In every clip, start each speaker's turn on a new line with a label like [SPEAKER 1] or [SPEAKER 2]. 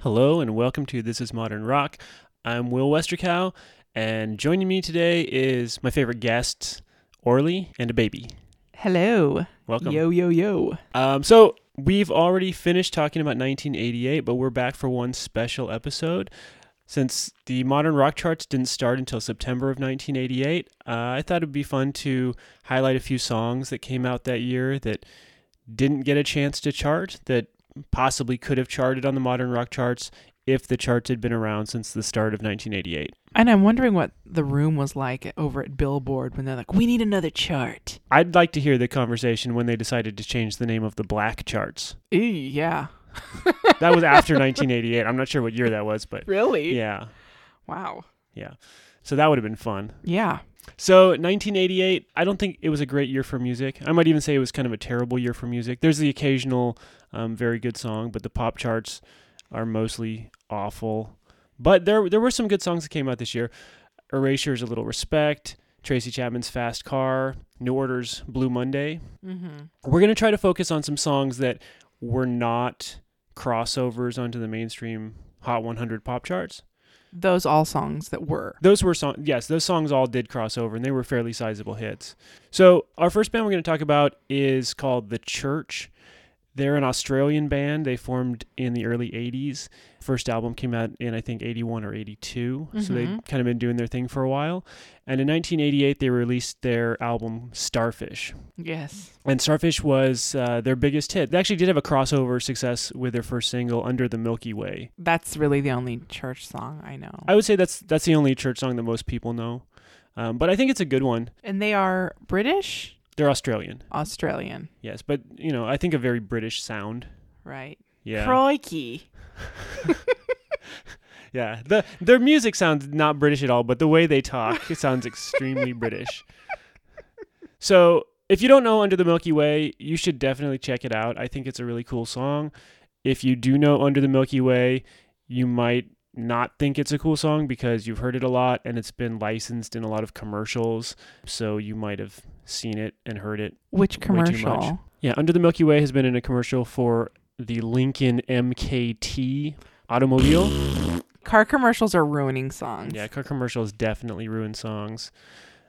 [SPEAKER 1] Hello and welcome to This Is Modern Rock. I'm Will Westerkow, and joining me today is my favorite guest, Orly, and a baby.
[SPEAKER 2] Hello.
[SPEAKER 1] Welcome.
[SPEAKER 2] Yo, yo, yo.
[SPEAKER 1] Um, so we've already finished talking about 1988, but we're back for one special episode. Since the modern rock charts didn't start until September of 1988, uh, I thought it'd be fun to highlight a few songs that came out that year that didn't get a chance to chart, that possibly could have charted on the modern rock charts if the charts had been around since the start of 1988.
[SPEAKER 2] And I'm wondering what the room was like over at Billboard when they're like, we need another chart.
[SPEAKER 1] I'd like to hear the conversation when they decided to change the name of the black charts.
[SPEAKER 2] Ew, yeah.
[SPEAKER 1] That was after 1988. I'm not sure what year that was, but
[SPEAKER 2] Really?
[SPEAKER 1] yeah.
[SPEAKER 2] Wow.
[SPEAKER 1] So that would have been fun.
[SPEAKER 2] Yeah.
[SPEAKER 1] So 1988, I don't think it was a great year for music. I might even say it was kind of a terrible year for music. There's the occasional um, very good song, but the pop charts are mostly awful. But there there were some good songs that came out this year. Erasure's A Little Respect, Tracy Chapman's Fast Car, New Order's Blue Monday.
[SPEAKER 2] Mm-hmm.
[SPEAKER 1] We're going to try to focus on some songs that were not crossovers onto the mainstream Hot 100 pop charts.
[SPEAKER 2] Those all songs that were.
[SPEAKER 1] Those were songs. Yes, those songs all did cross over, and they were fairly sizable hits. So our first band we're going to talk about is called The Church. They're an Australian band. They formed in the early '80s. First album came out in I think '81 or '82. So they
[SPEAKER 2] Mhm.
[SPEAKER 1] kind of been doing their thing for a while. And in 1988, they released their album Starfish.
[SPEAKER 2] Yes.
[SPEAKER 1] And Starfish was uh, their biggest hit. They actually did have a crossover success with their first single, Under the Milky Way.
[SPEAKER 2] That's really the only church song I know.
[SPEAKER 1] I would say that's that's the only church song that most people know, um, but I think it's a good one.
[SPEAKER 2] and they are British,
[SPEAKER 1] They're Australian,
[SPEAKER 2] Australian,
[SPEAKER 1] yes, but you know I think a very British sound.
[SPEAKER 2] right?
[SPEAKER 1] Yeah,
[SPEAKER 2] Crikey.
[SPEAKER 1] yeah. The their music sounds not British at all, but the way they talk it sounds extremely British. So if you don't know Under the Milky Way, you should definitely check it out. I think it's a really cool song. If you do know Under the Milky Way, you might not think it's a cool song because you've heard it a lot and it's been licensed in a lot of commercials. So you might have seen it and heard it
[SPEAKER 2] Which
[SPEAKER 1] too much.
[SPEAKER 2] commercial?
[SPEAKER 1] Yeah, Under the Milky Way has been in a commercial for the Lincoln MKT automobile.
[SPEAKER 2] Car commercials are ruining songs.
[SPEAKER 1] Yeah, car commercials definitely ruin songs.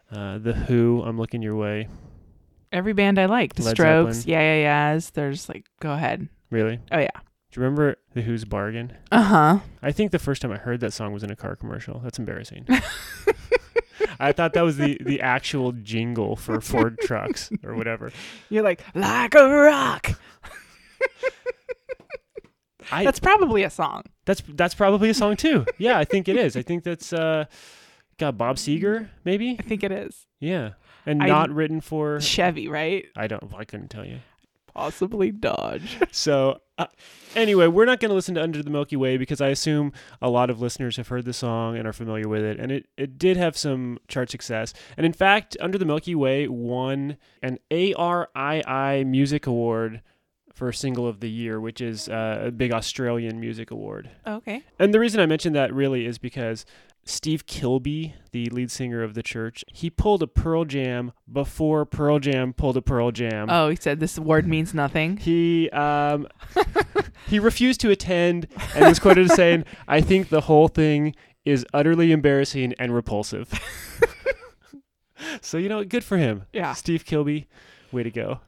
[SPEAKER 1] Uh, the Who, I'm looking your way.
[SPEAKER 2] Every band I like, The
[SPEAKER 1] Led
[SPEAKER 2] Strokes,
[SPEAKER 1] Zeppelin.
[SPEAKER 2] Yeah Yeah Yeahs. There's like, go ahead.
[SPEAKER 1] Really?
[SPEAKER 2] Oh, yeah.
[SPEAKER 1] Do you remember the Who's Bargain?
[SPEAKER 2] Uh huh.
[SPEAKER 1] I think the first time I heard that song was in a car commercial. That's embarrassing. I thought that was the the actual jingle for Ford trucks or whatever.
[SPEAKER 2] You're like, like a rock.
[SPEAKER 1] I
[SPEAKER 2] That's probably a song.
[SPEAKER 1] that's that's probably a song too. Yeah, I think it is. I think that's uh got Bob Seger maybe.
[SPEAKER 2] I think it is.
[SPEAKER 1] Yeah. And
[SPEAKER 2] I-
[SPEAKER 1] not written for
[SPEAKER 2] Chevy, right?
[SPEAKER 1] I don't I couldn't tell you.
[SPEAKER 2] Possibly Dodge.
[SPEAKER 1] So, uh, anyway, we're not going to listen to Under the Milky Way because I assume a lot of listeners have heard the song and are familiar with it. And it, it did have some chart success. And in fact, Under the Milky Way won an ARII Music Award for Single of the Year, which is uh, a big Australian music award.
[SPEAKER 2] Okay.
[SPEAKER 1] And the reason I mentioned that really is because Steve Kilby, the lead singer of the church, he pulled a Pearl Jam before Pearl Jam pulled a Pearl Jam.
[SPEAKER 2] Oh, he said this word means nothing.
[SPEAKER 1] He um, he refused to attend and was quoted as saying, "I think the whole thing is utterly embarrassing and repulsive." so you know, good for him.
[SPEAKER 2] Yeah.
[SPEAKER 1] Steve Kilby, way to go.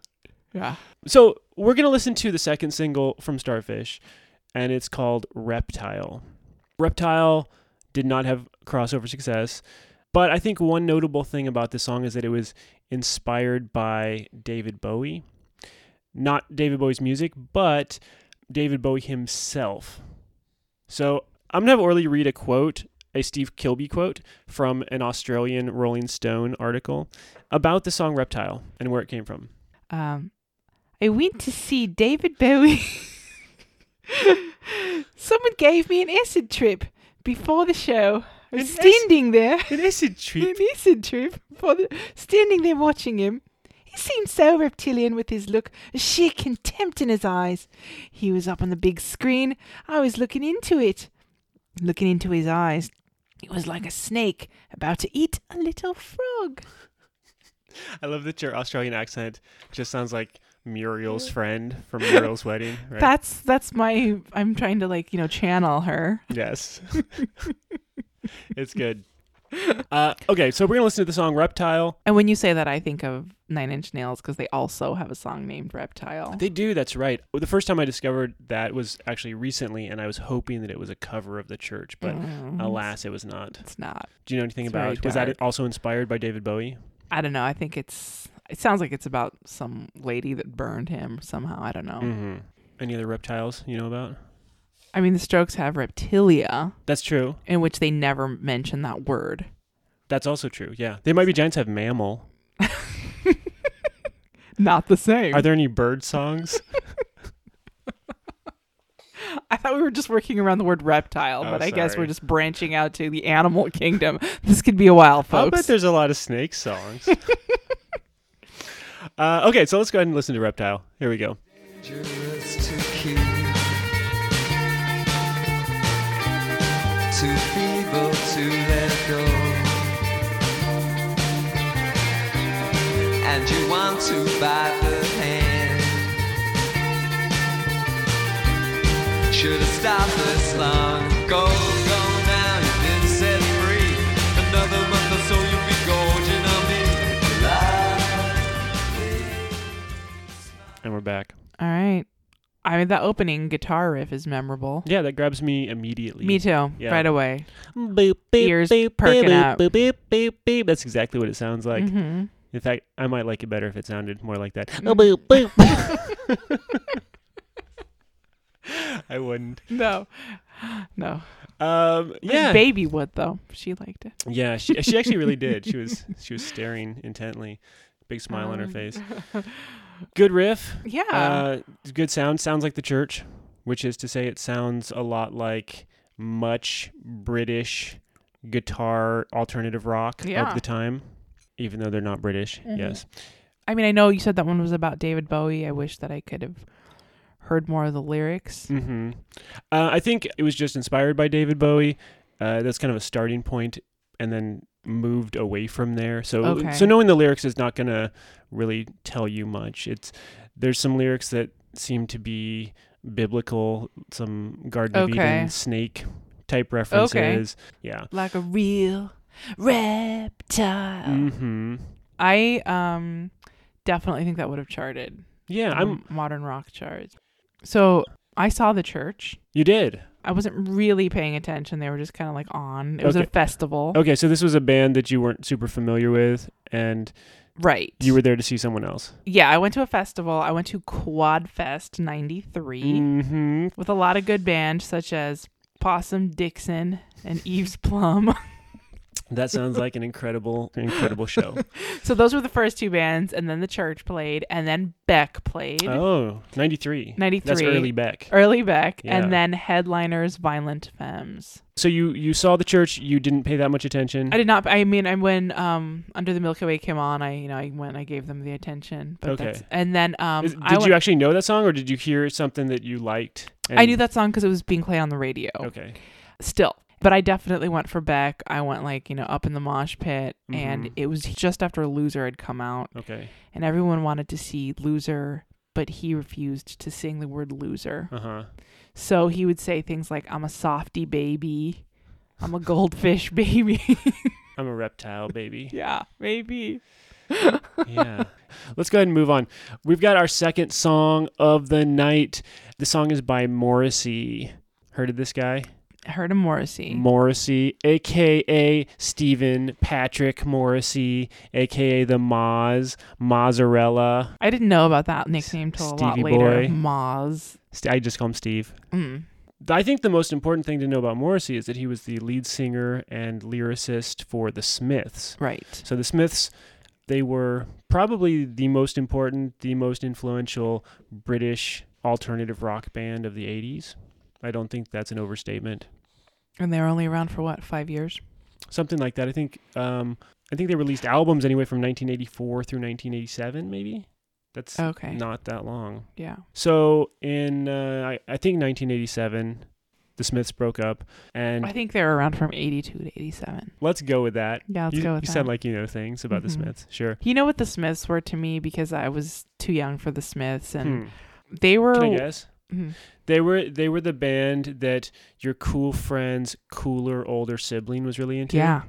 [SPEAKER 2] Yeah.
[SPEAKER 1] So we're gonna listen to the second single from Starfish, and it's called Reptile. Reptile did not have crossover success, but I think one notable thing about this song is that it was inspired by David Bowie. Not David Bowie's music, but David Bowie himself. So I'm gonna have Orly read a quote, a Steve Kilby quote from an Australian Rolling Stone article about the song Reptile and where it came from.
[SPEAKER 2] Um, I went to see David Bowie. Someone gave me an acid trip before the show. I was
[SPEAKER 1] An acid-
[SPEAKER 2] standing there.
[SPEAKER 1] An acid
[SPEAKER 2] An acid trip. For the, standing there watching him. He seemed so reptilian with his look, a sheer contempt in his eyes. He was up on the big screen. I was looking into it. Looking into his eyes. It was like a snake about to eat a little frog.
[SPEAKER 1] I love that your Australian accent just sounds like Muriel's friend from Muriel's wedding, right?
[SPEAKER 2] That's that's my I'm trying to like, you know, channel her.
[SPEAKER 1] Yes. it's good. Uh, okay, so we're going to listen to the song Reptile.
[SPEAKER 2] And when you say that I think of 9 Inch Nails cuz they also have a song named Reptile.
[SPEAKER 1] They do, that's right. The first time I discovered that was actually recently, and I was hoping that it was a cover of the church, but
[SPEAKER 2] Mm,
[SPEAKER 1] alas, it was not.
[SPEAKER 2] it's not.
[SPEAKER 1] Do you know anything
[SPEAKER 2] It's very
[SPEAKER 1] about Was that
[SPEAKER 2] dark.
[SPEAKER 1] also inspired by David Bowie?
[SPEAKER 2] I don't know. I think it's it sounds like it's about some lady that burned him somehow. I don't know.
[SPEAKER 1] Mm-hmm. Any other reptiles you know about?
[SPEAKER 2] I mean, the Strokes have Reptilia,
[SPEAKER 1] That's true.
[SPEAKER 2] in which they never mention that word.
[SPEAKER 1] That's also true. Yeah. They might be giants have mammal.
[SPEAKER 2] Not the same.
[SPEAKER 1] Are there any bird songs?
[SPEAKER 2] I thought we were just working around the word reptile,
[SPEAKER 1] Oh,
[SPEAKER 2] but I guess
[SPEAKER 1] sorry.
[SPEAKER 2] we're just branching out to the animal kingdom. This could be a while,
[SPEAKER 1] I'll
[SPEAKER 2] folks.
[SPEAKER 1] bet there's a lot of snake songs. uh, okay, so let's go ahead and listen to Reptile. Here we go.
[SPEAKER 3] dangerous to keep. Too feeble to let go. And you want to bite the hand. Should have stopped this long ago. Go now, you've been set free. Another month or so, you'll be gorging on me.
[SPEAKER 1] And we're back.
[SPEAKER 2] All right. I mean, that opening guitar riff is memorable.
[SPEAKER 1] Yeah, that grabs me immediately.
[SPEAKER 2] Me too.
[SPEAKER 1] Yeah.
[SPEAKER 2] Right away.
[SPEAKER 1] Boop, boop,
[SPEAKER 2] Ears
[SPEAKER 1] boop, boop,
[SPEAKER 2] perking
[SPEAKER 1] boop,
[SPEAKER 2] up.
[SPEAKER 1] Boop, boop, boop, boop. That's exactly what it sounds like.
[SPEAKER 2] hmm
[SPEAKER 1] In fact, I might like it better if it sounded more like that.
[SPEAKER 2] Mm-hmm.
[SPEAKER 1] Oh, boop, boop, boop. I wouldn't.
[SPEAKER 2] No. No.
[SPEAKER 1] Um, yeah.
[SPEAKER 2] Baby would, though. She liked it.
[SPEAKER 1] Yeah, she she actually really did. She was she was staring intently, big smile on her
[SPEAKER 2] Um.
[SPEAKER 1] face. Good riff,
[SPEAKER 2] Yeah.
[SPEAKER 1] uh, good sound. Sounds like the church, which is to say, it sounds a lot like much British guitar alternative rock
[SPEAKER 2] Yeah.
[SPEAKER 1] of the time, even though they're not British.
[SPEAKER 2] Mhm.
[SPEAKER 1] Yes,
[SPEAKER 2] I mean, I know you said that one was about David Bowie. I wish that I could have heard more of the lyrics.
[SPEAKER 1] hmm uh, I think it was just inspired by David Bowie. Uh, that's kind of a starting point, and then moved away from there. So,
[SPEAKER 2] Okay.
[SPEAKER 1] so knowing the lyrics is not gonna really tell you much. It's there's some lyrics that seem to be biblical, some Garden of
[SPEAKER 2] Okay.
[SPEAKER 1] Eden snake type references. Yeah.
[SPEAKER 2] Like a real reptile.
[SPEAKER 1] hmm
[SPEAKER 2] I um definitely think that would have charted.
[SPEAKER 1] Yeah,
[SPEAKER 2] on
[SPEAKER 1] I'm.
[SPEAKER 2] the modern rock charts. So I saw the church.
[SPEAKER 1] You did.
[SPEAKER 2] I wasn't really paying attention. They were just kind of like on. It was
[SPEAKER 1] Okay. Oh.
[SPEAKER 2] a festival,
[SPEAKER 1] Okay, so this was a band that you weren't super familiar with, and
[SPEAKER 2] right?
[SPEAKER 1] you were there to see someone else.
[SPEAKER 2] yeah. I went to a festival. I went to Quad Fest '93
[SPEAKER 1] hmm
[SPEAKER 2] with a lot of good bands such as Possum Dixon and Eve's Plum.
[SPEAKER 1] That sounds like an incredible, incredible show.
[SPEAKER 2] so those were the first two bands, and then the church played, and then Beck played.
[SPEAKER 1] Oh, 93.
[SPEAKER 2] 93.
[SPEAKER 1] That's early Beck.
[SPEAKER 2] Early Beck,
[SPEAKER 1] Yeah.
[SPEAKER 2] and then headliners Violent Femmes.
[SPEAKER 1] So you you saw the church, you didn't pay that much attention.
[SPEAKER 2] I did not. I mean, I when um Under the Milky Way came on, I you know I went, I gave them the attention. But
[SPEAKER 1] Okay.
[SPEAKER 2] That's, and then um,
[SPEAKER 1] Is-
[SPEAKER 2] I
[SPEAKER 1] did you
[SPEAKER 2] went-
[SPEAKER 1] actually know that song or did you hear something that you liked?
[SPEAKER 2] I knew
[SPEAKER 1] and-
[SPEAKER 2] that song because it was being played on the radio.
[SPEAKER 1] Okay.
[SPEAKER 2] Still, but I definitely went for Beck. I went like you know up in the mosh pit, and
[SPEAKER 1] Mhm.
[SPEAKER 2] it was just after Loser had come out,
[SPEAKER 1] Okay.
[SPEAKER 2] and everyone wanted to see Loser. But he refused to sing the word loser.
[SPEAKER 1] Uh-huh.
[SPEAKER 2] So he would say things like, I'm a softy baby. I'm a goldfish baby.
[SPEAKER 1] I'm a reptile, baby.
[SPEAKER 2] yeah, maybe.
[SPEAKER 1] yeah. Let's go ahead and move on. We've got our second song of the night. The song is by Morrissey. Heard of this guy?
[SPEAKER 2] I heard of Morrissey.
[SPEAKER 1] Morrissey, aka Stephen Patrick Morrissey, aka the Moz, Mozzarella.
[SPEAKER 2] I didn't know about that nickname till a lot
[SPEAKER 1] Stevie
[SPEAKER 2] later.
[SPEAKER 1] Boy.
[SPEAKER 2] Moz.
[SPEAKER 1] St- I just call him Steve.
[SPEAKER 2] Mm.
[SPEAKER 1] Th- I think the most important thing to know about Morrissey is that he was the lead singer and lyricist for the Smiths.
[SPEAKER 2] Right.
[SPEAKER 1] So the Smiths, they were probably the most important, the most influential British alternative rock band of the 80s. I don't think that's an overstatement.
[SPEAKER 2] And they were only around for what, five years?
[SPEAKER 1] Something like that. I think um I think they released albums anyway from 1984 through 1987 maybe. That's
[SPEAKER 2] Okay.
[SPEAKER 1] not that long.
[SPEAKER 2] Yeah.
[SPEAKER 1] So in uh, I, I think 1987 the Smiths broke up,
[SPEAKER 2] I
[SPEAKER 1] and
[SPEAKER 2] think they're around from 82 to 87.
[SPEAKER 1] let's go with that.
[SPEAKER 2] Yeah, let's
[SPEAKER 1] you
[SPEAKER 2] go with
[SPEAKER 1] you
[SPEAKER 2] that.
[SPEAKER 1] sound like you know things about
[SPEAKER 2] Mhm.
[SPEAKER 1] the Smiths. Sure.
[SPEAKER 2] you know what the Smiths were to me because I was too young for the Smiths, and
[SPEAKER 1] Hmm.
[SPEAKER 2] they were.
[SPEAKER 1] Can I guess?
[SPEAKER 2] Mhm.
[SPEAKER 1] They were they were the band that your cool friend's cooler older sibling was really into.
[SPEAKER 2] Yeah,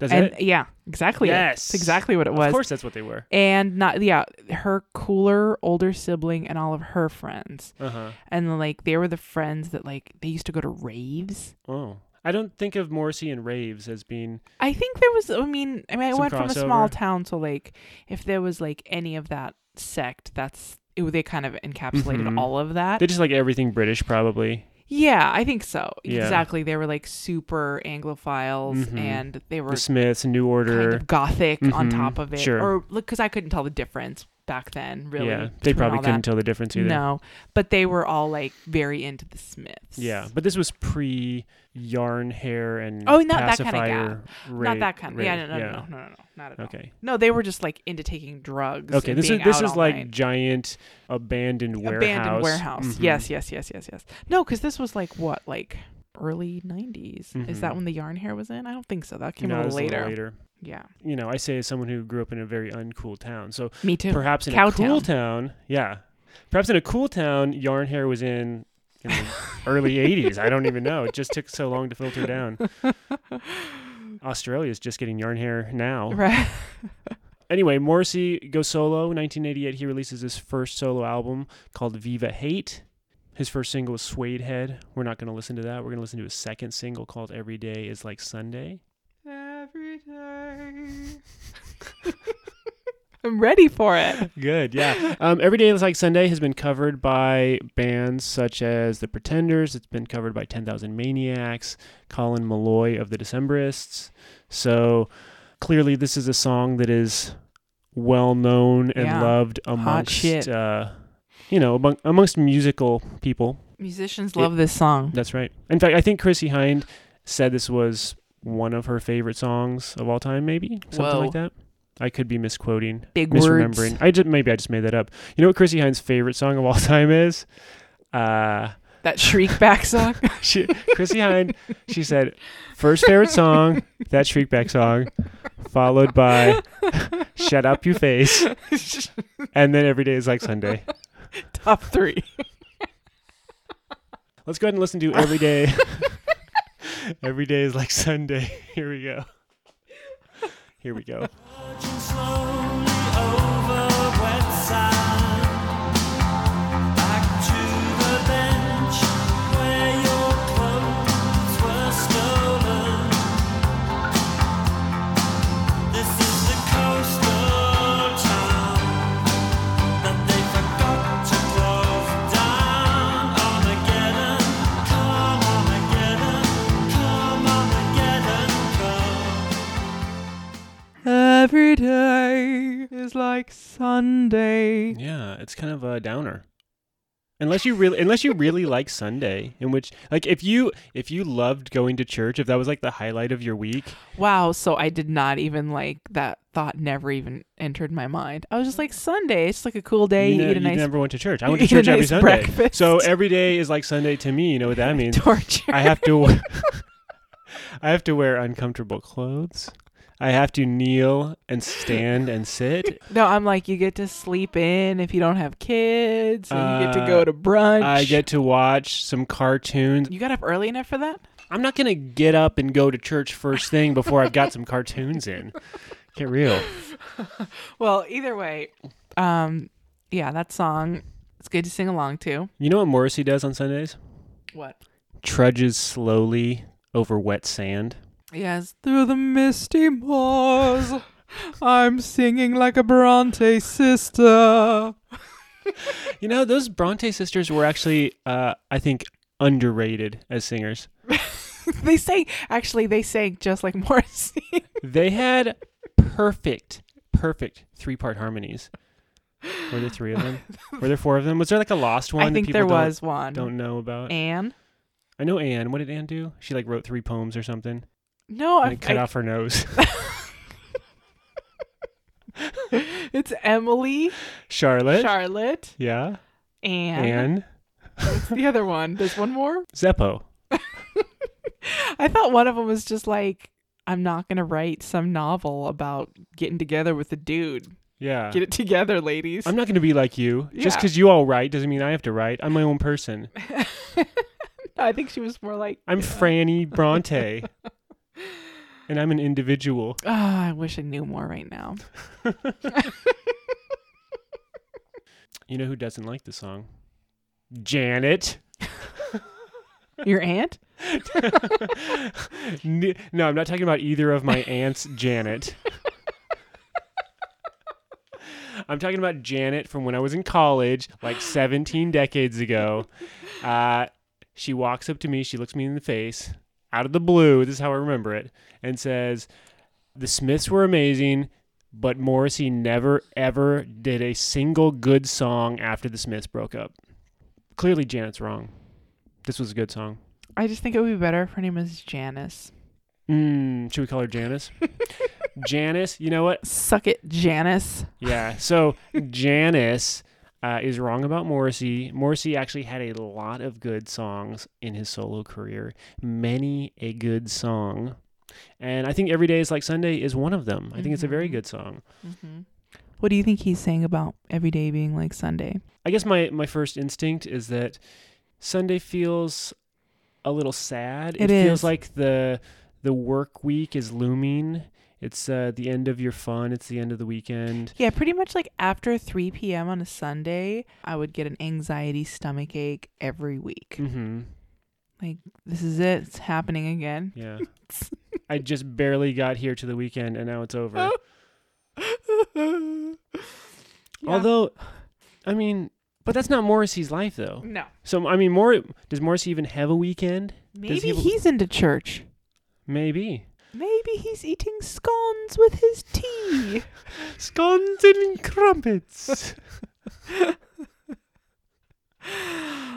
[SPEAKER 1] That's
[SPEAKER 2] and
[SPEAKER 1] it.
[SPEAKER 2] yeah, exactly. it.
[SPEAKER 1] Yes.
[SPEAKER 2] That's exactly what it
[SPEAKER 1] Of
[SPEAKER 2] was.
[SPEAKER 1] course, that's what they were.
[SPEAKER 2] And not yeah, her cooler older sibling and all of her friends,
[SPEAKER 1] Uh huh.
[SPEAKER 2] and like they were the friends that like they used to go to raves.
[SPEAKER 1] Oh, I don't think of Morrissey and raves as being.
[SPEAKER 2] I think there was. I mean, I mean, I
[SPEAKER 1] Some
[SPEAKER 2] went from a small
[SPEAKER 1] crossover.
[SPEAKER 2] town, so like, if there was like any of that sect, that's it, they kind of encapsulated
[SPEAKER 1] Mhm.
[SPEAKER 2] all of that.
[SPEAKER 1] They just like everything British, probably.
[SPEAKER 2] yeah, I think so.
[SPEAKER 1] Yeah.
[SPEAKER 2] Exactly. They were like super Anglophiles,
[SPEAKER 1] Mhm.
[SPEAKER 2] and they were
[SPEAKER 1] The Smiths, New Order.
[SPEAKER 2] kind of gothic on
[SPEAKER 1] Mhm.
[SPEAKER 2] top of it.
[SPEAKER 1] Sure.
[SPEAKER 2] Or look, because I couldn't tell the difference back then, really.
[SPEAKER 1] yeah, they
[SPEAKER 2] between
[SPEAKER 1] probably
[SPEAKER 2] all
[SPEAKER 1] couldn't
[SPEAKER 2] that.
[SPEAKER 1] tell the difference either.
[SPEAKER 2] No, but they were all like very into the Smiths.
[SPEAKER 1] Yeah, but this was pre yarn hair and
[SPEAKER 2] Oh, not that kinda
[SPEAKER 1] pacifier ra-
[SPEAKER 2] Not that kind. yeah, no, no,
[SPEAKER 1] yeah.
[SPEAKER 2] no, no, no, no, not at all.
[SPEAKER 1] Okay.
[SPEAKER 2] No, they were just like into taking drugs.
[SPEAKER 1] Okay.
[SPEAKER 2] and
[SPEAKER 1] This is
[SPEAKER 2] being
[SPEAKER 1] this
[SPEAKER 2] out
[SPEAKER 1] is
[SPEAKER 2] all
[SPEAKER 1] like
[SPEAKER 2] night.
[SPEAKER 1] giant abandoned warehouse.
[SPEAKER 2] abandoned warehouse.
[SPEAKER 1] Mhm.
[SPEAKER 2] Yes, yes, yes, yes, yes. No, because this was like what, like early '90s? Is that
[SPEAKER 1] Mhm.
[SPEAKER 2] when the yarn hair was in? I don't think so. That came
[SPEAKER 1] No,
[SPEAKER 2] a
[SPEAKER 1] it was
[SPEAKER 2] little later.
[SPEAKER 1] later.
[SPEAKER 2] Yeah,
[SPEAKER 1] You know, I say as someone who grew up in a very uncool town. So
[SPEAKER 2] me too.
[SPEAKER 1] perhaps in a
[SPEAKER 2] Cowtown.
[SPEAKER 1] cool town, yeah. Perhaps in a cool town, yarn hair was in in the early 80s. I don't even know. It just took so long to filter down. Australia's just getting yarn hair now.
[SPEAKER 2] Right.
[SPEAKER 1] Anyway, Morrissey goes solo. 1988, he releases his first solo album called Viva Hate. His first single was Suede Head. We're not going to listen to that. We're going to listen to his second single called Every Day is Like Sunday.
[SPEAKER 2] Every day. I'm ready for it.
[SPEAKER 1] Good, yeah. Um, Every Day is Like Sunday has been covered by bands such as The Pretenders. It's been covered by 10,000 Maniacs, Colin Malloy of The Decemberists. So clearly, this is a song that is well known and
[SPEAKER 2] Yeah.
[SPEAKER 1] loved
[SPEAKER 2] shit.
[SPEAKER 1] amongst, uh, you know, among, amongst musical people.
[SPEAKER 2] Musicians
[SPEAKER 1] It-
[SPEAKER 2] love this song.
[SPEAKER 1] That's right. In fact, I think Chrissy Hind said this was one of her favorite songs of all time, maybe something like that. I could be misquoting,
[SPEAKER 2] Big
[SPEAKER 1] misremembering.
[SPEAKER 2] words.
[SPEAKER 1] I just maybe I just made that up. You know what Chrissy Hind's favorite song of all time is? Uh,
[SPEAKER 2] That shriek back song.
[SPEAKER 1] she, Chrissy Hind. She said first favorite song that shriek back song, followed by "Shut Up You Face," and then "Every Day Is Like Sunday."
[SPEAKER 2] Top three.
[SPEAKER 1] Let's go ahead and listen to "Every Day." Every day is like Sunday. Here we go. Here we go.
[SPEAKER 2] Every day is like Sunday.
[SPEAKER 1] Yeah, it's kind of a downer. Unless you really unless you really like Sunday, in which like if you if you loved going to church, if that was like the highlight of your week,
[SPEAKER 2] Wow, so I did not even like that thought never even entered my mind. I was just like Sunday, it's like a cool day,
[SPEAKER 1] you,
[SPEAKER 2] you,
[SPEAKER 1] know,
[SPEAKER 2] eat a
[SPEAKER 1] you
[SPEAKER 2] nice
[SPEAKER 1] never went to church. I
[SPEAKER 2] you
[SPEAKER 1] went to
[SPEAKER 2] eat a
[SPEAKER 1] church every
[SPEAKER 2] nice
[SPEAKER 1] Sunday.
[SPEAKER 2] breakfast.
[SPEAKER 1] So every day is like Sunday to me, you know what that means.
[SPEAKER 2] torture.
[SPEAKER 1] I have to I have to wear uncomfortable clothes. I have to kneel and stand and sit.
[SPEAKER 2] No, I'm like you get to sleep in if you don't have kids, and you get to
[SPEAKER 1] Uh,
[SPEAKER 2] go to brunch.
[SPEAKER 1] I get to watch some cartoons.
[SPEAKER 2] You got up early enough for that?
[SPEAKER 1] I'm not gonna get up and go to church first thing before I've got some cartoons in. Get real.
[SPEAKER 2] Well, either way, um yeah, that song it's good to sing along to.
[SPEAKER 1] You know what Morrissey does on Sundays?
[SPEAKER 2] What?
[SPEAKER 1] Trudges slowly over wet sand.
[SPEAKER 2] Yes, through the misty moors, I'm singing like a Bronte sister.
[SPEAKER 1] You know, those Bronte sisters were actually, uh, I think, underrated as singers.
[SPEAKER 2] they say actually they sang just like Morrissey.
[SPEAKER 1] They had perfect, perfect three part harmonies. Were there three of them? Were there four of them? Was there like a lost one
[SPEAKER 2] I
[SPEAKER 1] that
[SPEAKER 2] think
[SPEAKER 1] people
[SPEAKER 2] there
[SPEAKER 1] don't,
[SPEAKER 2] was one.
[SPEAKER 1] don't know about?
[SPEAKER 2] Anne?
[SPEAKER 1] I know Anne. What did Anne do? She like wrote three poems or something
[SPEAKER 2] No,
[SPEAKER 1] and
[SPEAKER 2] I,
[SPEAKER 1] it cut
[SPEAKER 2] Oh, I,
[SPEAKER 1] off her nose.
[SPEAKER 2] it's Emily,
[SPEAKER 1] Charlotte.
[SPEAKER 2] Charlotte,
[SPEAKER 1] yeah.
[SPEAKER 2] Anne.
[SPEAKER 1] Anne.
[SPEAKER 2] The other one. There's one more.
[SPEAKER 1] Zeppo.
[SPEAKER 2] I thought one of them was just like, I'm not going to write some novel about getting together with a dude.
[SPEAKER 1] Yeah.
[SPEAKER 2] Get it together, ladies.
[SPEAKER 1] Uh, I'm not going to be like you. Just
[SPEAKER 2] Yeah.
[SPEAKER 1] because you all write doesn't mean I have to write. I'm my own person.
[SPEAKER 2] I think she was more like,
[SPEAKER 1] I'm Franny Bronte. and I'm an individual.
[SPEAKER 2] oh, I wish I knew more right now.
[SPEAKER 1] You know who doesn't like the song? Janet.
[SPEAKER 2] Your aunt?
[SPEAKER 1] N- No, I'm not talking about either of my aunts, Janet. I'm talking about Janet from when I was in college, like 17 decades ago. Uh, she walks up to me, she looks me in the face, out of the blue, this is how I remember it, and says, The Smiths were amazing, but Morrissey never, ever did a single good song after the Smiths broke up. Clearly, Janet's wrong. This was a good song.
[SPEAKER 2] I just think it would be better if her name was Janice.
[SPEAKER 1] Mm, should we call her Janice? Janice, you know what?
[SPEAKER 2] Suck it, Janice.
[SPEAKER 1] Yeah. So Janice uh, is wrong about Morrissey. Morrissey actually had a lot of good songs in his solo career, many a good song. And I think Every Day is Like Sunday is one of them. I think it's a very
[SPEAKER 2] Mhm.
[SPEAKER 1] good song.
[SPEAKER 2] Mm-hmm. What do you think he's saying about every day being like Sunday?
[SPEAKER 1] I guess my, my first instinct is that Sunday feels a little sad.
[SPEAKER 2] It
[SPEAKER 1] feels
[SPEAKER 2] is.
[SPEAKER 1] like the the work week is looming. It's uh, the end of your fun. It's the end of the weekend.
[SPEAKER 2] Yeah, pretty much like after 3 p.m. on a Sunday, I would get an anxiety stomach ache every week.
[SPEAKER 1] Mm-hmm.
[SPEAKER 2] This is it. It's happening again.
[SPEAKER 1] Yeah. I just barely got here to the weekend and now it's over.
[SPEAKER 2] Yeah.
[SPEAKER 1] Although, I mean, but that's not Morrissey's life though.
[SPEAKER 2] no.
[SPEAKER 1] So, I mean, Mor- does Morrissey even have a weekend?
[SPEAKER 2] Maybe
[SPEAKER 1] he-
[SPEAKER 2] he's into church.
[SPEAKER 1] Maybe.
[SPEAKER 2] Maybe he's eating scones with his tea.
[SPEAKER 1] Scones and crumpets.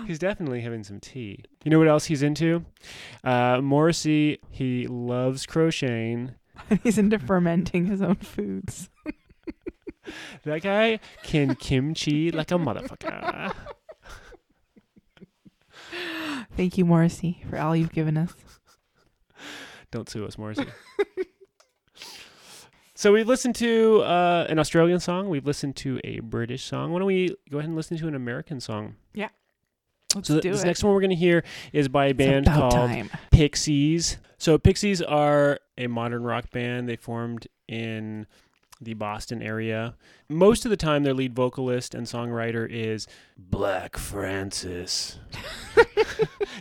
[SPEAKER 1] he's definitely having some tea. You know what else he's into? Uh, Morrissey, he loves crocheting.
[SPEAKER 2] he's into fermenting his own foods.
[SPEAKER 1] That guy can kimchi like a motherfucker.
[SPEAKER 2] Thank you, Morrissey, for all you've given us.
[SPEAKER 1] Don't sue us, Morrissey. so we've listened to uh, an Australian song. We've listened to a British song. Why don't we go ahead and listen to an American song?
[SPEAKER 2] Let's
[SPEAKER 1] so th-
[SPEAKER 2] do
[SPEAKER 1] this
[SPEAKER 2] it.
[SPEAKER 1] next one we're going to hear is by a
[SPEAKER 2] It's
[SPEAKER 1] band
[SPEAKER 2] about
[SPEAKER 1] called
[SPEAKER 2] time.
[SPEAKER 1] Pixies. So Pixies are a modern rock band. They formed in the Boston area. Most of the time, their lead vocalist and songwriter is Black Francis.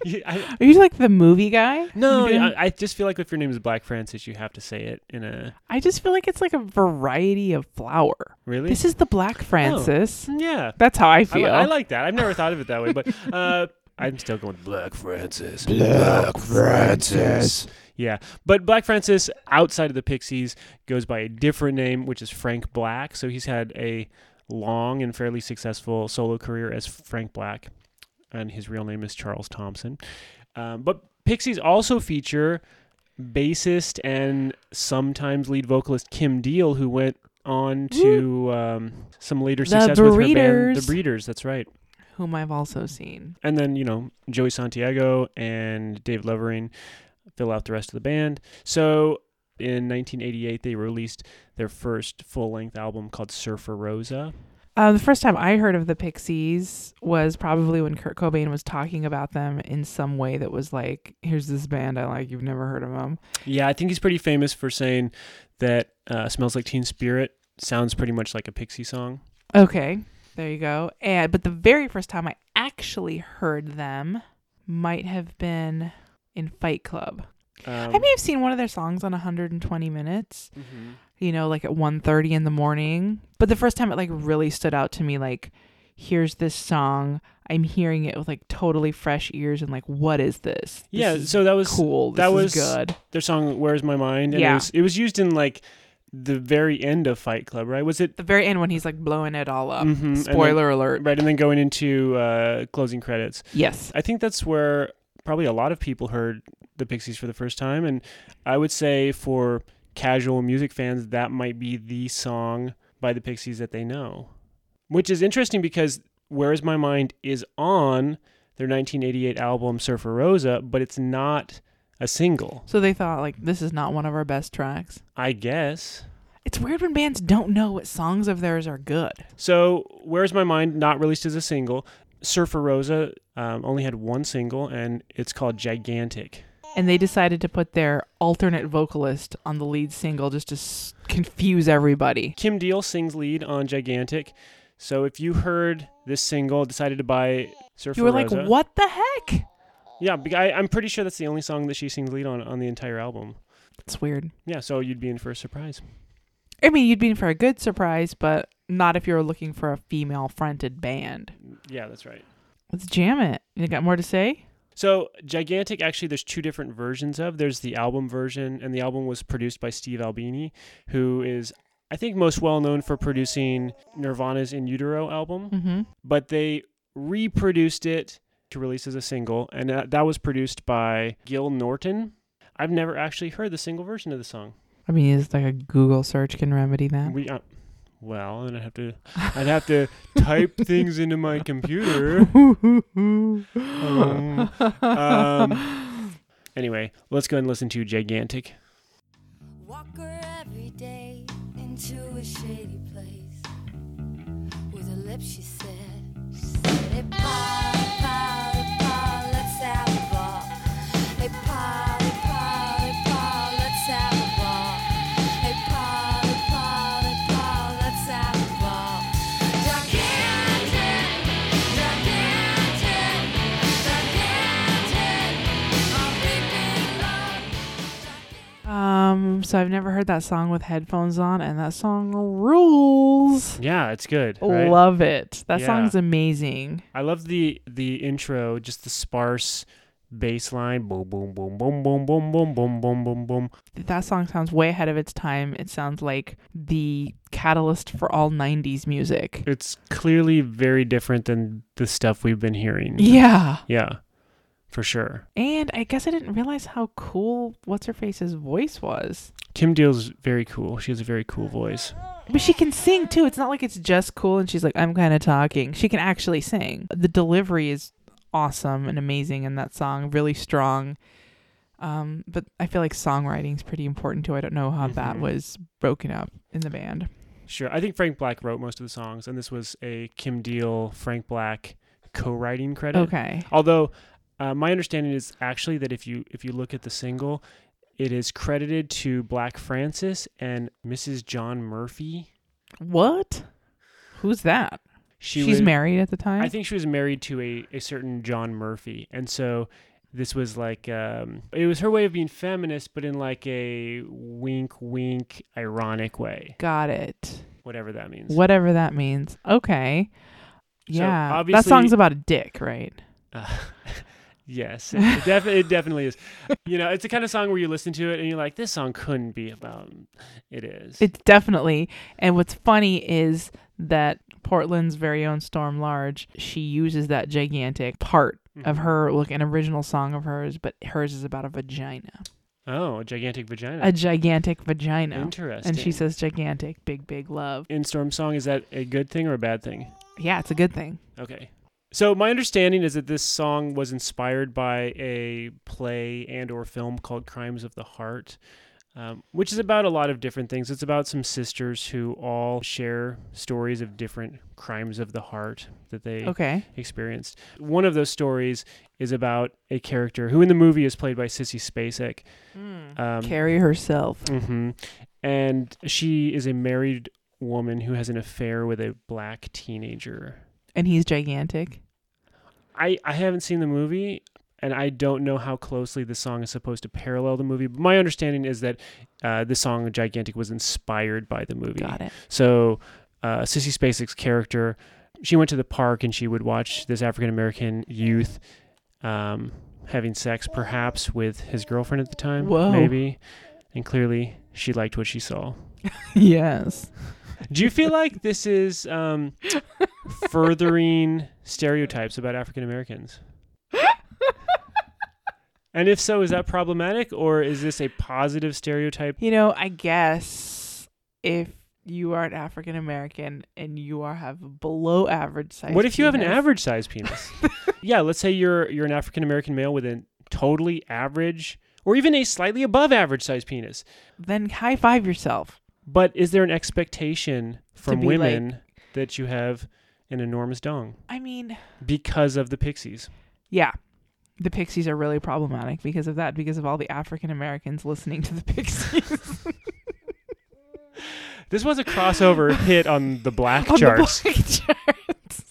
[SPEAKER 1] Yeah, I-
[SPEAKER 2] Are you like the movie guy?
[SPEAKER 1] no,
[SPEAKER 2] You do?
[SPEAKER 1] I, I just feel like if your name is Black Francis, you have to say it in a
[SPEAKER 2] I just feel like it's like a variety of flower.
[SPEAKER 1] really.
[SPEAKER 2] This is the Black Francis.
[SPEAKER 1] Yeah.
[SPEAKER 2] That's how I
[SPEAKER 1] Oh. I, li-
[SPEAKER 2] feel.
[SPEAKER 1] I like that. I've never thought of it that way, but uh, I'm still going Black Francis.
[SPEAKER 4] Black Francis.
[SPEAKER 1] Yeah. But Black Francis, outside of the Pixies, goes by a different name, which is Frank Black. So he's had a long and fairly successful solo career as Frank Black, and his real name is Charles Thompson. Um, but Pixies also feature bassist and sometimes lead vocalist Kim Deal, who went on to um, some later
[SPEAKER 2] The
[SPEAKER 1] success with her band, The
[SPEAKER 2] Breeders.
[SPEAKER 1] Breeders. That's right
[SPEAKER 2] Whom I've also seen.
[SPEAKER 1] and then you know Joey Santiago and Dave Levering fill out the rest of the band. So in 1988, they released their first full-length album called Surfer Rosa.
[SPEAKER 2] Uh, the first time I heard of the Pixies was probably when Kurt Cobain was talking about them in some way that was like, "Here's this band I like. You've never heard of them."
[SPEAKER 1] Yeah, I think he's pretty famous for saying that uh, "Smells Like Teen Spirit" sounds pretty much like a Pixie song.
[SPEAKER 2] Okay, there you go. And but the very first time I actually heard them might have been in Fight Club.
[SPEAKER 1] Um,
[SPEAKER 2] I may have seen one of their songs on 120 minutes.
[SPEAKER 1] mhm.
[SPEAKER 2] you know, like at 1.30 in the morning. But the first time it like really stood out to me, like, here's this song. I'm hearing it with like totally fresh ears and like, what is this? This
[SPEAKER 1] Yeah,
[SPEAKER 2] is
[SPEAKER 1] so that was
[SPEAKER 2] cool. This
[SPEAKER 1] that
[SPEAKER 2] is
[SPEAKER 1] was-
[SPEAKER 2] good.
[SPEAKER 1] their song "Where's My Mind," and it
[SPEAKER 2] Yeah.
[SPEAKER 1] was, it was used in like the very end of Fight Club, right? Was it
[SPEAKER 2] The very end when he's like blowing it all up.
[SPEAKER 1] Mhm, and then-
[SPEAKER 2] Uh, Spoiler alert.
[SPEAKER 1] right? And then going into uh, closing credits.
[SPEAKER 2] Yes.
[SPEAKER 1] I think that's where probably a lot of people heard the Pixies for the first time. And I would say for casual music fans, that might be the song by the Pixies that they know, which is interesting because Where Is My Mind is on their 1988 album Surfer Rosa, but it's not a single.
[SPEAKER 2] So they thought, like, this is not one of our best tracks.
[SPEAKER 1] I guess.
[SPEAKER 2] It's weird when bands don't know what songs of theirs are good.
[SPEAKER 1] So, Where's My Mind, not released as a single. Surfer Rosa um, only had one single, and it's called Gigantic.
[SPEAKER 2] And they decided to put their alternate vocalist on the lead single just to s- confuse everybody.
[SPEAKER 1] Kim Deal sings lead on Gigantic. So, if you heard this single, decided to buy Surfer
[SPEAKER 2] You were like,
[SPEAKER 1] Rosa.
[SPEAKER 2] what the heck?
[SPEAKER 1] Yeah, bec- I, I'm pretty sure that's the only song that she sings lead on on the entire album.
[SPEAKER 2] It's weird.
[SPEAKER 1] Yeah, so you'd be in for a surprise.
[SPEAKER 2] I mean, you'd be in for a good surprise, but not if you were looking for a female fronted band.
[SPEAKER 1] Yeah, that's right.
[SPEAKER 2] Let's jam it. You got more to say?
[SPEAKER 1] So, Gigantic actually, there's two different versions of. There's the album version, and the album was produced by Steve Albini, who is, I think, most well known for producing Nirvana's In Utero album.
[SPEAKER 2] Mm hmm.
[SPEAKER 1] But they reproduced it to release as a single, and that, that was produced by Gil Norton. I've never actually heard the single version of the song.
[SPEAKER 2] I mean, it's like a Google search can remedy that.
[SPEAKER 1] We, uh, well, I'd have to, I'd have to type things into my computer. Um, um, anyway, let's go and listen to Gigantic.
[SPEAKER 5] Walker every day into a shady place. With her lips, she said, she said, Hey, Polly, Polly, Polly, let's have a ball. Hey, Polly, Polly, Polly, let's have a ball. Hey, Polly, Polly, Polly, let's have a ball. Gigantic, gigantic, gigantic, my big, big love, gigantic.
[SPEAKER 2] Um, so I've never heard that song with headphones on, and that song rules.
[SPEAKER 1] Yeah, it's good. Right?
[SPEAKER 2] Love it. That
[SPEAKER 1] Yeah.
[SPEAKER 2] song's amazing.
[SPEAKER 1] I love the the intro, just the sparse bass line. Boom, boom, boom, boom, boom, boom, boom, boom, boom, boom, boom.
[SPEAKER 2] That song sounds way ahead of its time. It sounds like the catalyst for all 90s music.
[SPEAKER 1] It's clearly very different than the stuff we've been hearing.
[SPEAKER 2] Yeah.
[SPEAKER 1] Yeah, for sure.
[SPEAKER 2] And I guess I didn't realize how cool What's Her Face's voice was.
[SPEAKER 1] Kim Deal's very cool. She has a very cool voice.
[SPEAKER 2] But she can sing too. It's not like it's just cool and she's like, I'm kind of talking. She can actually sing. The delivery is awesome and amazing in that song, really strong. Um, but I feel like songwriting's pretty important too. I don't know how that
[SPEAKER 1] Mhm.
[SPEAKER 2] was broken up in the band.
[SPEAKER 1] Sure. I think Frank Black wrote most of the songs, and this was a Kim Deal, Frank Black co-writing credit.
[SPEAKER 2] Okay.
[SPEAKER 1] Although uh, my understanding is actually that if you if you look at the single, it is credited to Black Francis and Mrs. John Murphy.
[SPEAKER 2] What? Who's that?
[SPEAKER 1] She
[SPEAKER 2] she's
[SPEAKER 1] was,
[SPEAKER 2] married at the time?
[SPEAKER 1] I think she was married to a, a certain John Murphy, and so this was like um, it was her way of being feminist, but in like a wink, wink, ironic way,
[SPEAKER 2] Got it.
[SPEAKER 1] whatever that means.
[SPEAKER 2] Whatever that means. Okay.
[SPEAKER 1] So,
[SPEAKER 2] Yeah. that
[SPEAKER 1] obviously-
[SPEAKER 2] song's about a dick, right?
[SPEAKER 1] Uh, yes, it, it, defi- it definitely is. You know, it's the kind of song where you listen to it and you're like, this song couldn't be about. um, It is.
[SPEAKER 2] It's definitely. And what's funny is that Portland's very own Storm Large, she uses that gigantic part of
[SPEAKER 1] Mhm.
[SPEAKER 2] her, look, an original song of hers, but hers is about a vagina,
[SPEAKER 1] Oh, a gigantic vagina.
[SPEAKER 2] a gigantic vagina.
[SPEAKER 1] Interesting.
[SPEAKER 2] And she says, gigantic, big, big love.
[SPEAKER 1] in Storm Song, is that a good thing or a bad thing?
[SPEAKER 2] Yeah, it's a good thing.
[SPEAKER 1] Okay. So my understanding is that this song was inspired by a play and or film called Crimes of the Heart, um, which is about a lot of different things. It's about some sisters who all share stories of different crimes of the heart that they
[SPEAKER 2] Okay.
[SPEAKER 1] experienced. One of those stories is about a character who in the movie is played by Sissy Spacek. Um,
[SPEAKER 2] Carry herself.
[SPEAKER 1] hmm And she is a married woman who has an affair with a black teenager.
[SPEAKER 2] And he's gigantic.
[SPEAKER 1] I, I haven't seen the movie, and I don't know how closely the song is supposed to parallel the movie. But my understanding is that uh, the song "Gigantic" was inspired by the movie.
[SPEAKER 2] Got it.
[SPEAKER 1] So, uh, Sissy Spacek's character, she went to the park and she would watch this African American youth um, having sex, perhaps with his girlfriend at the time,
[SPEAKER 2] Whoa.
[SPEAKER 1] maybe. And clearly, she liked what she saw.
[SPEAKER 2] yes.
[SPEAKER 1] Do you feel like this is um, furthering stereotypes about African Americans? And if so, is that problematic, or is this a positive stereotype?
[SPEAKER 2] You know, I guess if you are an African American and you are have below average size.
[SPEAKER 1] What if you have an
[SPEAKER 2] penis-
[SPEAKER 1] average size penis? yeah, let's say you're you're an African American male with a totally average or even a slightly above average sized penis.
[SPEAKER 2] Then high five yourself.
[SPEAKER 1] But is there an expectation from
[SPEAKER 2] be like-
[SPEAKER 1] women that you have an enormous dong
[SPEAKER 2] I mean,
[SPEAKER 1] because of the Pixies?
[SPEAKER 2] yeah. The Pixies are really problematic because of that, because of all the African Americans listening to the Pixies.
[SPEAKER 1] This was a crossover hit on the black
[SPEAKER 2] on the
[SPEAKER 1] charts.
[SPEAKER 2] black charts.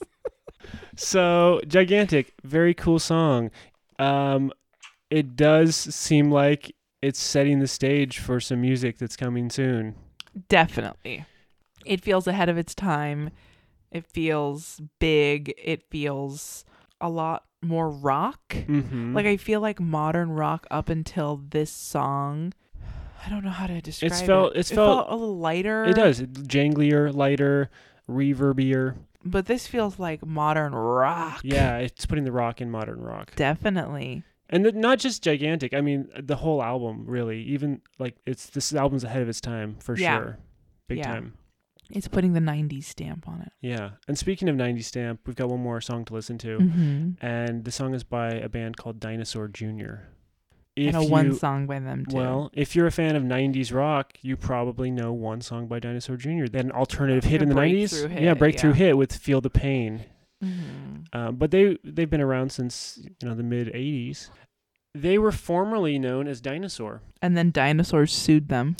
[SPEAKER 1] so gigantic, very cool song. Um, it does seem like it's setting the stage for some music that's coming soon.
[SPEAKER 2] Definitely. It feels ahead of its time. It feels big. It feels a lot more rock.
[SPEAKER 1] Mm-hmm.
[SPEAKER 2] Like I feel like modern rock up until this song. I don't know how to describe
[SPEAKER 1] felt-
[SPEAKER 2] it.
[SPEAKER 1] it's
[SPEAKER 2] it
[SPEAKER 1] felt-
[SPEAKER 2] a little lighter.
[SPEAKER 1] it does It's janglier, lighter, reverbier.
[SPEAKER 2] But this feels like modern rock.
[SPEAKER 1] Yeah, it's putting the rock in modern rock,
[SPEAKER 2] Definitely.
[SPEAKER 1] and th- not just gigantic. I mean, the whole album really. Even like it's this album's ahead of its time for
[SPEAKER 2] Yeah.
[SPEAKER 1] sure, big
[SPEAKER 2] Yeah.
[SPEAKER 1] time.
[SPEAKER 2] It's putting the 90s stamp on it.
[SPEAKER 1] Yeah. And speaking of 90 Stamp, we've got one more song to listen to.
[SPEAKER 2] Mm-hmm.
[SPEAKER 1] and the song is by a band called Dinosaur Jr. If
[SPEAKER 2] And a
[SPEAKER 1] you-
[SPEAKER 2] one song by them too.
[SPEAKER 1] well, if you're a fan of '90s rock, you probably know one song by Dinosaur Jr. They had an alternative hit
[SPEAKER 2] A
[SPEAKER 1] in the
[SPEAKER 2] breakthrough
[SPEAKER 1] '90s,
[SPEAKER 2] hit,
[SPEAKER 1] yeah, breakthrough
[SPEAKER 2] yeah.
[SPEAKER 1] hit with "Feel the Pain."
[SPEAKER 2] Mhm.
[SPEAKER 1] Um, but they they've been around since you know the mid '80s. They were formerly known as Dinosaur.
[SPEAKER 2] and then dinosaurs sued them.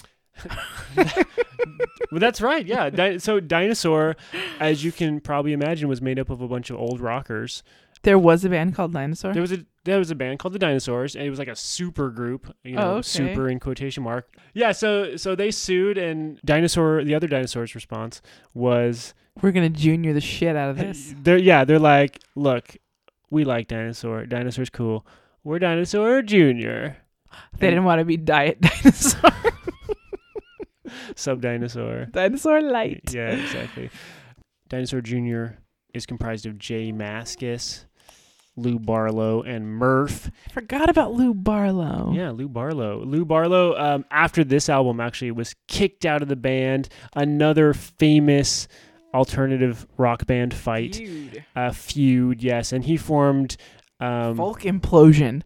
[SPEAKER 1] Well, that's right, yeah. Di- so Dinosaur, as you can probably imagine, was made up of a bunch of old rockers.
[SPEAKER 2] There was a band called Dinosaur.
[SPEAKER 1] There was a there was a band called the Dinosaurs, and it was like a super group, you
[SPEAKER 2] Oh,
[SPEAKER 1] know,
[SPEAKER 2] okay.
[SPEAKER 1] super in quotation mark. Yeah, so so they sued, and dinosaur the other dinosaur's response was,
[SPEAKER 2] We're gonna junior the shit out of this.
[SPEAKER 1] they're yeah, they're like, look, we like dinosaur, dinosaur's cool, we're dinosaur junior,
[SPEAKER 2] They didn't want to be diet dinosaur.
[SPEAKER 1] sub dinosaur.
[SPEAKER 2] dinosaur
[SPEAKER 1] Y-
[SPEAKER 2] light.
[SPEAKER 1] Yeah, exactly. Dinosaur Jr. is comprised of Jay Maskus, Lou Barlow, and Murph.
[SPEAKER 2] Forgot about Lou Barlow.
[SPEAKER 1] Yeah, Lou Barlow. Lou Barlow, um, after this album, actually was kicked out of the band. Another famous alternative rock band fight,
[SPEAKER 2] Dude.
[SPEAKER 1] uh, feud, yes. And he formed. Um,
[SPEAKER 2] Folk implosion.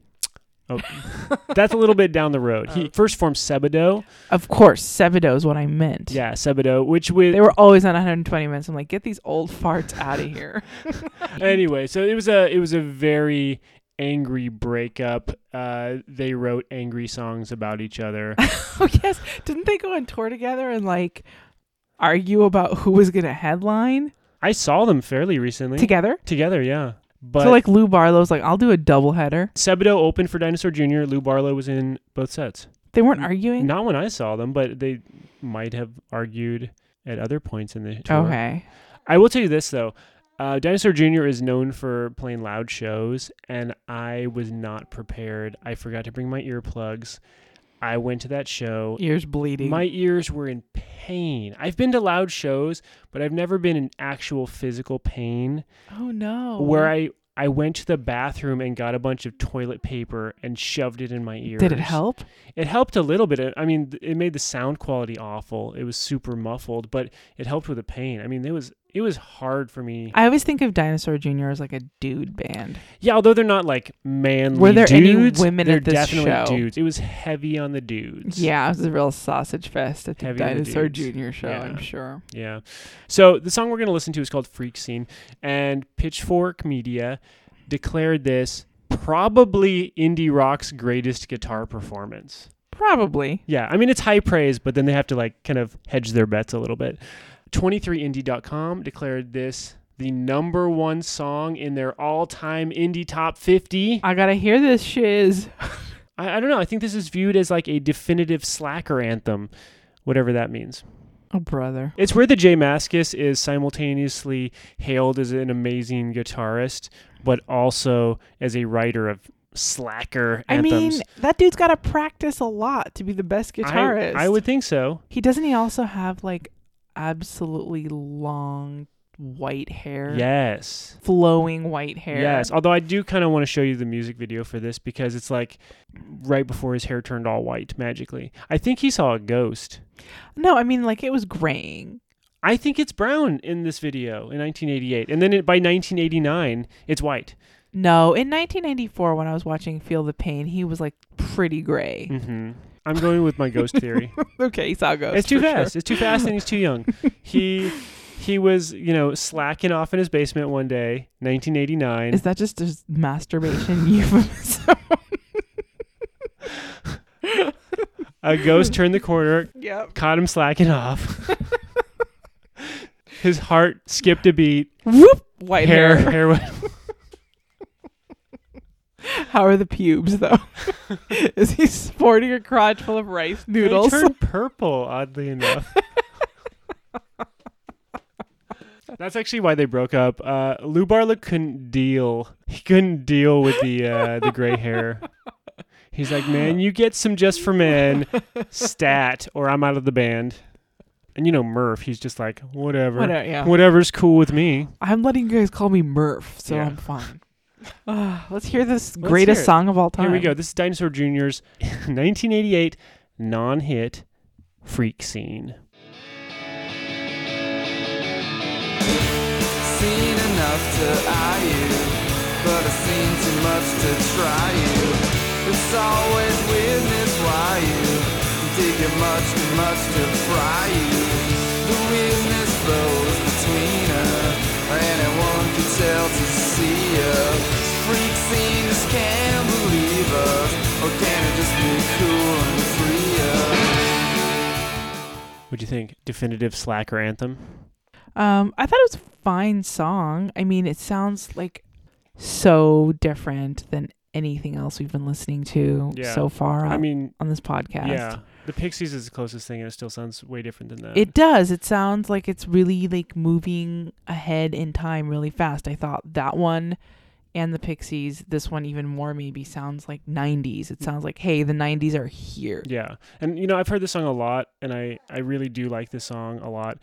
[SPEAKER 1] oh, that's a little bit down the road.
[SPEAKER 2] Oh.
[SPEAKER 1] He first formed Sebadoh.
[SPEAKER 2] Of course, Sebadoh is what I meant.
[SPEAKER 1] Yeah, Sebadoh, which with.
[SPEAKER 2] They were always on 120 minutes. I'm like, get these old farts out of here.
[SPEAKER 1] anyway, so it was a it was a very angry breakup. Uh, they wrote angry songs about each other.
[SPEAKER 2] oh yes, didn't they go on tour together and like argue about who was gonna headline
[SPEAKER 1] I saw them fairly recently
[SPEAKER 2] together?
[SPEAKER 1] together. Yeah, but
[SPEAKER 2] so like Lou Barlow's like, I'll do a doubleheader.
[SPEAKER 1] Sebado opened for Dinosaur Jr. Lou Barlow was in both sets.
[SPEAKER 2] They weren't arguing.
[SPEAKER 1] Not when I saw them, but they might have argued at other points in the tour.
[SPEAKER 2] okay.
[SPEAKER 1] I will tell you this though. Uh, Dinosaur Jr. is known for playing loud shows, and I was not prepared. I forgot to bring my earplugs. I went to that show.
[SPEAKER 2] Ears bleeding.
[SPEAKER 1] My ears were in pain. I've been to loud shows, but I've never been in actual physical pain
[SPEAKER 2] oh no.
[SPEAKER 1] where I I went to the bathroom and got a bunch of toilet paper and shoved it in my ears.
[SPEAKER 2] did it help?
[SPEAKER 1] It helped a little bit. I mean, th- it made the sound quality awful. It was super muffled, but it helped with the pain. I mean, it was it was hard for me.
[SPEAKER 2] I always think of Dinosaur Jr. as like a dude band.
[SPEAKER 1] Yeah, although they're not like manly
[SPEAKER 2] Were there any
[SPEAKER 1] dudes,
[SPEAKER 2] women
[SPEAKER 1] they're
[SPEAKER 2] at this
[SPEAKER 1] definitely
[SPEAKER 2] show?
[SPEAKER 1] dudes. It was heavy on the dudes.
[SPEAKER 2] Yeah, it was a real sausage fest at the
[SPEAKER 1] Heavy on the
[SPEAKER 2] Dinosaur
[SPEAKER 1] dudes.
[SPEAKER 2] Jr. show, I'm
[SPEAKER 1] Yeah.
[SPEAKER 2] sure.
[SPEAKER 1] Yeah. So the song we're going to listen to is called Freak Scene, and Pitchfork Media declared this probably indie rock's greatest guitar performance.
[SPEAKER 2] Probably.
[SPEAKER 1] Yeah, I mean, it's high praise, but then they have to like kind of hedge their bets a little bit. 23indie.com declared this the number one song in their all time indie top 50.
[SPEAKER 2] I gotta hear this shiz.
[SPEAKER 1] I, I don't know. I think this is viewed as like a definitive slacker anthem, whatever that means.
[SPEAKER 2] Oh, brother.
[SPEAKER 1] It's where the J Mascis is simultaneously hailed as an amazing guitarist, but also as a writer of slacker
[SPEAKER 2] I
[SPEAKER 1] anthems.
[SPEAKER 2] mean, that dude's gotta practice a lot to be the best
[SPEAKER 1] I-
[SPEAKER 2] guitarist.
[SPEAKER 1] I would think so.
[SPEAKER 2] He doesn't. He also have like absolutely long white hair.
[SPEAKER 1] Yes.
[SPEAKER 2] Flowing white hair.
[SPEAKER 1] Yes, although I do kind of want to show you the music video for this because it's like right before his hair turned all white magically. I think he saw a ghost.
[SPEAKER 2] No, I mean like it was graying.
[SPEAKER 1] I think it's brown in this video in 1988, and then it, by 1989, it's white.
[SPEAKER 2] No, in 1994, when I was watching Feel the Pain, he was like pretty gray.
[SPEAKER 1] hmm I'm going with my ghost theory.
[SPEAKER 2] okay, he saw ghosts.
[SPEAKER 1] it's too
[SPEAKER 2] for sure.
[SPEAKER 1] fast. It's too fast, and he's too young. He he was you know slacking off in his basement one day, 1989.
[SPEAKER 2] Is that just a masturbation euphemism?
[SPEAKER 1] a ghost turned the corner,
[SPEAKER 2] yep.
[SPEAKER 1] caught him slacking off. his heart skipped a beat.
[SPEAKER 2] Whoop! White
[SPEAKER 1] hair
[SPEAKER 2] hair.
[SPEAKER 1] hair went
[SPEAKER 2] How are the pubes, though? Is he sporting a crotch full of rice noodles?
[SPEAKER 1] They turned purple, oddly enough. That's actually why they broke up. Uh, Lou Barlow couldn't deal. He couldn't deal with the uh, the gray hair. He's like, man, you get some just for men, stat, or I'm out of the band. And you know Murph, he's just like, whatever,
[SPEAKER 2] Whatever, yeah.
[SPEAKER 1] whatever's cool with me.
[SPEAKER 2] I'm letting you guys call me Murph, so
[SPEAKER 1] Yeah.
[SPEAKER 2] I'm fine. Ah, let's hear this
[SPEAKER 1] Let's
[SPEAKER 2] greatest
[SPEAKER 1] hear it.
[SPEAKER 2] song of all time.
[SPEAKER 1] Here we go. This is Dinosaur Jr.'s 1988 non-hit freak scene.
[SPEAKER 3] Seen enough to eye you, but I've seen too much to try you. It's always weirdness why you dig it much too much to fry you. The weirdness flows between us, anyone can tell to see us. Freak scenes can't believe us, or can it just be cool and free us?
[SPEAKER 1] What do you think? Definitive slacker anthem.
[SPEAKER 2] Um, I thought it was a fine song. I mean, it sounds like so different than anything else we've been listening to
[SPEAKER 1] Yeah.
[SPEAKER 2] so far on,
[SPEAKER 1] I mean,
[SPEAKER 2] on this podcast.
[SPEAKER 1] yeah, the Pixies is the closest thing, and it still sounds way different than that.
[SPEAKER 2] It does. It sounds like it's really like moving ahead in time really fast. I thought that one and the Pixies, this one even more maybe sounds like 90s. It sounds like, hey, the 90s are here.
[SPEAKER 1] yeah, and you know, I've heard this song a lot, and I I really do like this song a lot.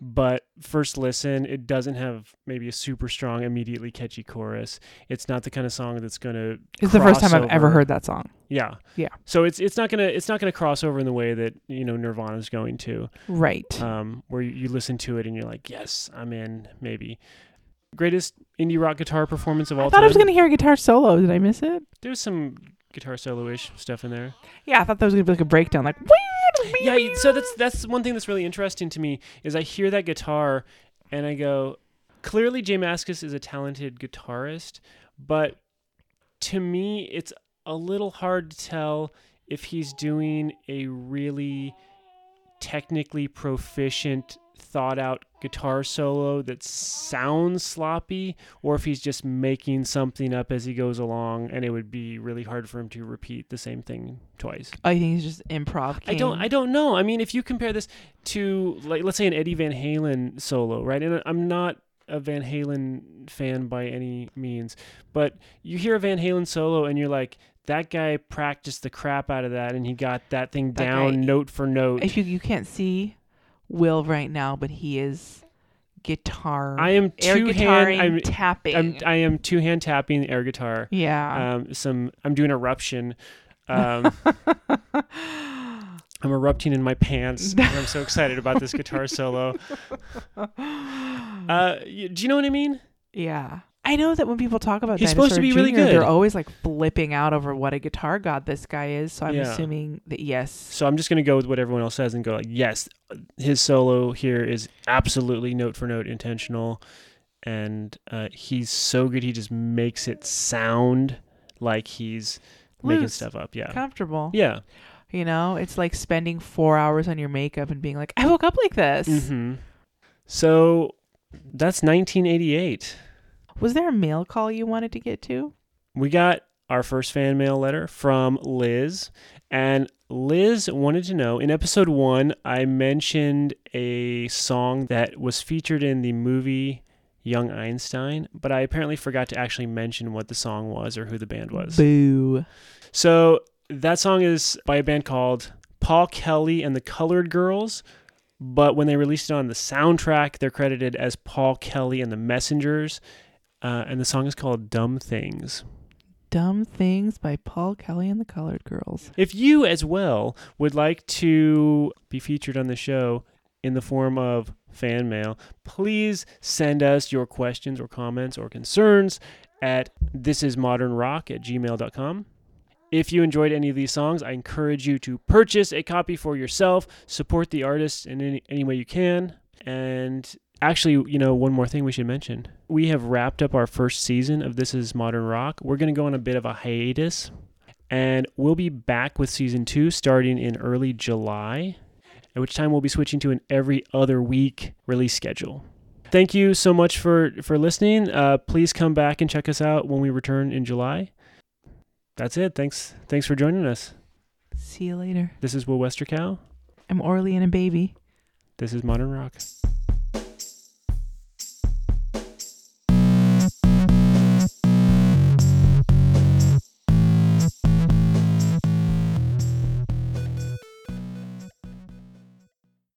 [SPEAKER 1] But first listen, it doesn't have maybe a super strong, immediately catchy chorus. It's not the kind of song that's gonna.
[SPEAKER 2] It's the first time I've
[SPEAKER 1] crossover.
[SPEAKER 2] ever heard that song.
[SPEAKER 1] Yeah,
[SPEAKER 2] Yeah.
[SPEAKER 1] So it's it's not gonna it's not gonna cross over in the way that you know Nirvana's going to.
[SPEAKER 2] Right.
[SPEAKER 1] um, where you, you listen to it and you're like, yes, I'm in, maybe. Greatest indie rock guitar performance of all
[SPEAKER 2] I thought
[SPEAKER 1] time.
[SPEAKER 2] I was going to hear a guitar solo. Did I miss it?
[SPEAKER 1] There's some guitar solo-ish stuff in there.
[SPEAKER 2] Yeah, I thought that was going to be like a breakdown. Like,
[SPEAKER 1] Yeah, you- so that's that's one thing that's really interesting to me is I hear that guitar and I go, clearly Jay Mascis is a talented guitarist, but to me it's a little hard to tell if he's doing a really technically proficient thought out guitar solo that sounds sloppy or if he's just making something up as he goes along and it would be really hard for him to repeat the same thing twice.
[SPEAKER 2] I think it's just improv.
[SPEAKER 1] I don't.
[SPEAKER 2] king.
[SPEAKER 1] I don't know. I mean, if you compare this to, like, let's say an Eddie Van Halen solo, right? And I'm not a Van Halen fan by any means, but you hear a Van Halen solo and you're like, that guy practiced the crap out of that, and he got that thing
[SPEAKER 2] That
[SPEAKER 1] down
[SPEAKER 2] guy-
[SPEAKER 1] note for note.
[SPEAKER 2] If you you can't see Will right now, but he is guitar.
[SPEAKER 1] I am
[SPEAKER 2] air
[SPEAKER 1] two
[SPEAKER 2] guitaring,
[SPEAKER 1] hand. I'm,
[SPEAKER 2] tapping.
[SPEAKER 1] I'm. I am two hand tapping air guitar.
[SPEAKER 2] yeah.
[SPEAKER 1] Um, some. I'm doing eruption. Um, I'm erupting in my pants. and I'm so excited about this guitar solo. Uh, y- do you know what I mean?
[SPEAKER 2] yeah. I know that when people talk about
[SPEAKER 1] He's supposed to
[SPEAKER 2] Dinosaur
[SPEAKER 1] be really
[SPEAKER 2] Jr.,
[SPEAKER 1] good.
[SPEAKER 2] they're always like flipping out over what a guitar god this guy is. So I'm
[SPEAKER 1] Yeah.
[SPEAKER 2] assuming that yes,
[SPEAKER 1] So I'm just gonna go with what everyone else says and go like, yes, his solo here is absolutely note for note intentional, and uh, he's so good he just makes it sound like he's making
[SPEAKER 2] Loose.
[SPEAKER 1] stuff up. Yeah,
[SPEAKER 2] comfortable.
[SPEAKER 1] yeah.
[SPEAKER 2] You know, it's like spending four hours on your makeup and being like, I woke up like this.
[SPEAKER 1] hmm So that's 1988.
[SPEAKER 2] Was there a mail call you wanted to get to?
[SPEAKER 1] we got our first fan mail letter from Liz. And Liz wanted to know in episode one, I mentioned a song that was featured in the movie Young Einstein, but I apparently forgot to actually mention what the song was or who the band was.
[SPEAKER 2] Boo.
[SPEAKER 1] So that song is by a band called Paul Kelly and the Colored Girls. But when they released it on the soundtrack, they're credited as Paul Kelly and the Messengers. Uh, and the song is called Dumb Things.
[SPEAKER 2] Dumb Things by Paul Kelly and the Colored Girls.
[SPEAKER 1] If you as well would like to be featured on the show in the form of fan mail, please send us your questions or comments or concerns at thisismodernrock at gmail.com. If you enjoyed any of these songs, I encourage you to purchase a copy for yourself, support the artists in any, any way you can. And actually, you know, one more thing we should mention. We have wrapped up our first season of This Is Modern Rock. We're going to go on a bit of a hiatus, and we'll be back with season two starting in early July, at which time we'll be switching to an every other week release schedule. Thank you so much for, for listening. Uh, please come back and check us out when we return in July that's it. Thanks. Thanks for joining us.
[SPEAKER 2] See you later.
[SPEAKER 1] This is Will Westercow.
[SPEAKER 2] I'm Orly and a baby.
[SPEAKER 1] This is Modern Rock.